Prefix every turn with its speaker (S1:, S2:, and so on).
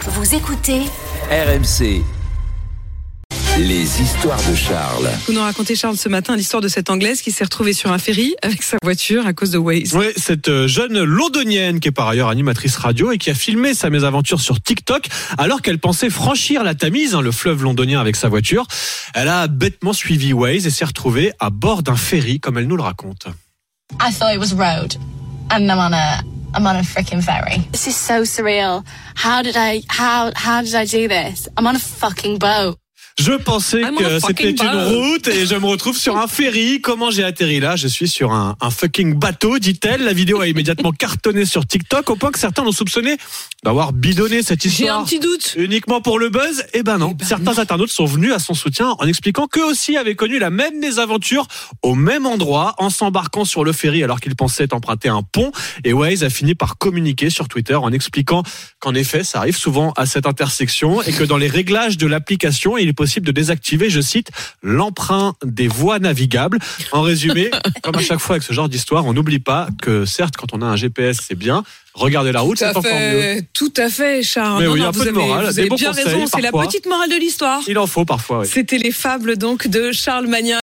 S1: Vous écoutez
S2: RMC. Les histoires de Charles.
S3: Vous nous racontez, Charles, ce matin, l'histoire de cette Anglaise qui s'est retrouvée sur un ferry avec sa voiture à cause de Waze.
S4: Oui, cette euh, jeune londonienne qui est par ailleurs animatrice radio et qui a filmé sa mésaventure sur TikTok alors qu'elle pensait franchir la Tamise, hein, le fleuve londonien avec sa voiture. Elle a bêtement suivi Waze et s'est retrouvée à bord d'un ferry comme elle nous le raconte.
S5: I thought it was road, and I'm on a I'm on a freaking ferry. This is so surreal. How did I how how did I do this? I'm on a fucking boat.
S4: Je pensais
S3: I'm on
S4: que
S3: a
S4: c'était
S3: Ah, fucking
S4: une
S3: boat.
S4: route et je me retrouve sur un ferry. Comment j'ai atterri là Je suis sur un, un fucking bateau, dit-elle. La vidéo a immédiatement cartonné sur TikTok au point que certains l'ont soupçonné d'avoir bidonné cette
S3: J'ai
S4: histoire.
S3: un petit doute.
S4: Uniquement pour le buzz Eh ben non. Certains internautes sont venus à son soutien en expliquant qu'eux aussi avaient connu la même mésaventure au même endroit en s'embarquant sur le ferry alors qu'ils pensaient emprunter un pont. Et Waze a fini par communiquer sur Twitter en expliquant qu'en effet, ça arrive souvent à cette intersection et que dans les réglages de l'application, il est possible de désactiver, je cite, l'emprunt des voies navigables. En résumé, comme à chaque fois avec ce genre d'histoire, on n'oublie pas que certes, quand on a un GPS, c'est bien. Regarder la route,
S3: Tout
S4: c'est
S3: à
S4: encore mieux.
S3: fait, tout à fait, Charles.
S4: Mais oui, un
S3: vous
S4: peu de
S3: avez,
S4: morale,
S3: vous
S4: des
S3: avez
S4: bons
S3: bien
S4: conseils,
S3: raison. C'est la
S4: parfois.
S3: petite morale de l'histoire.
S4: Il en faut parfois, oui.
S3: C'était les fables donc de Charles Magnin.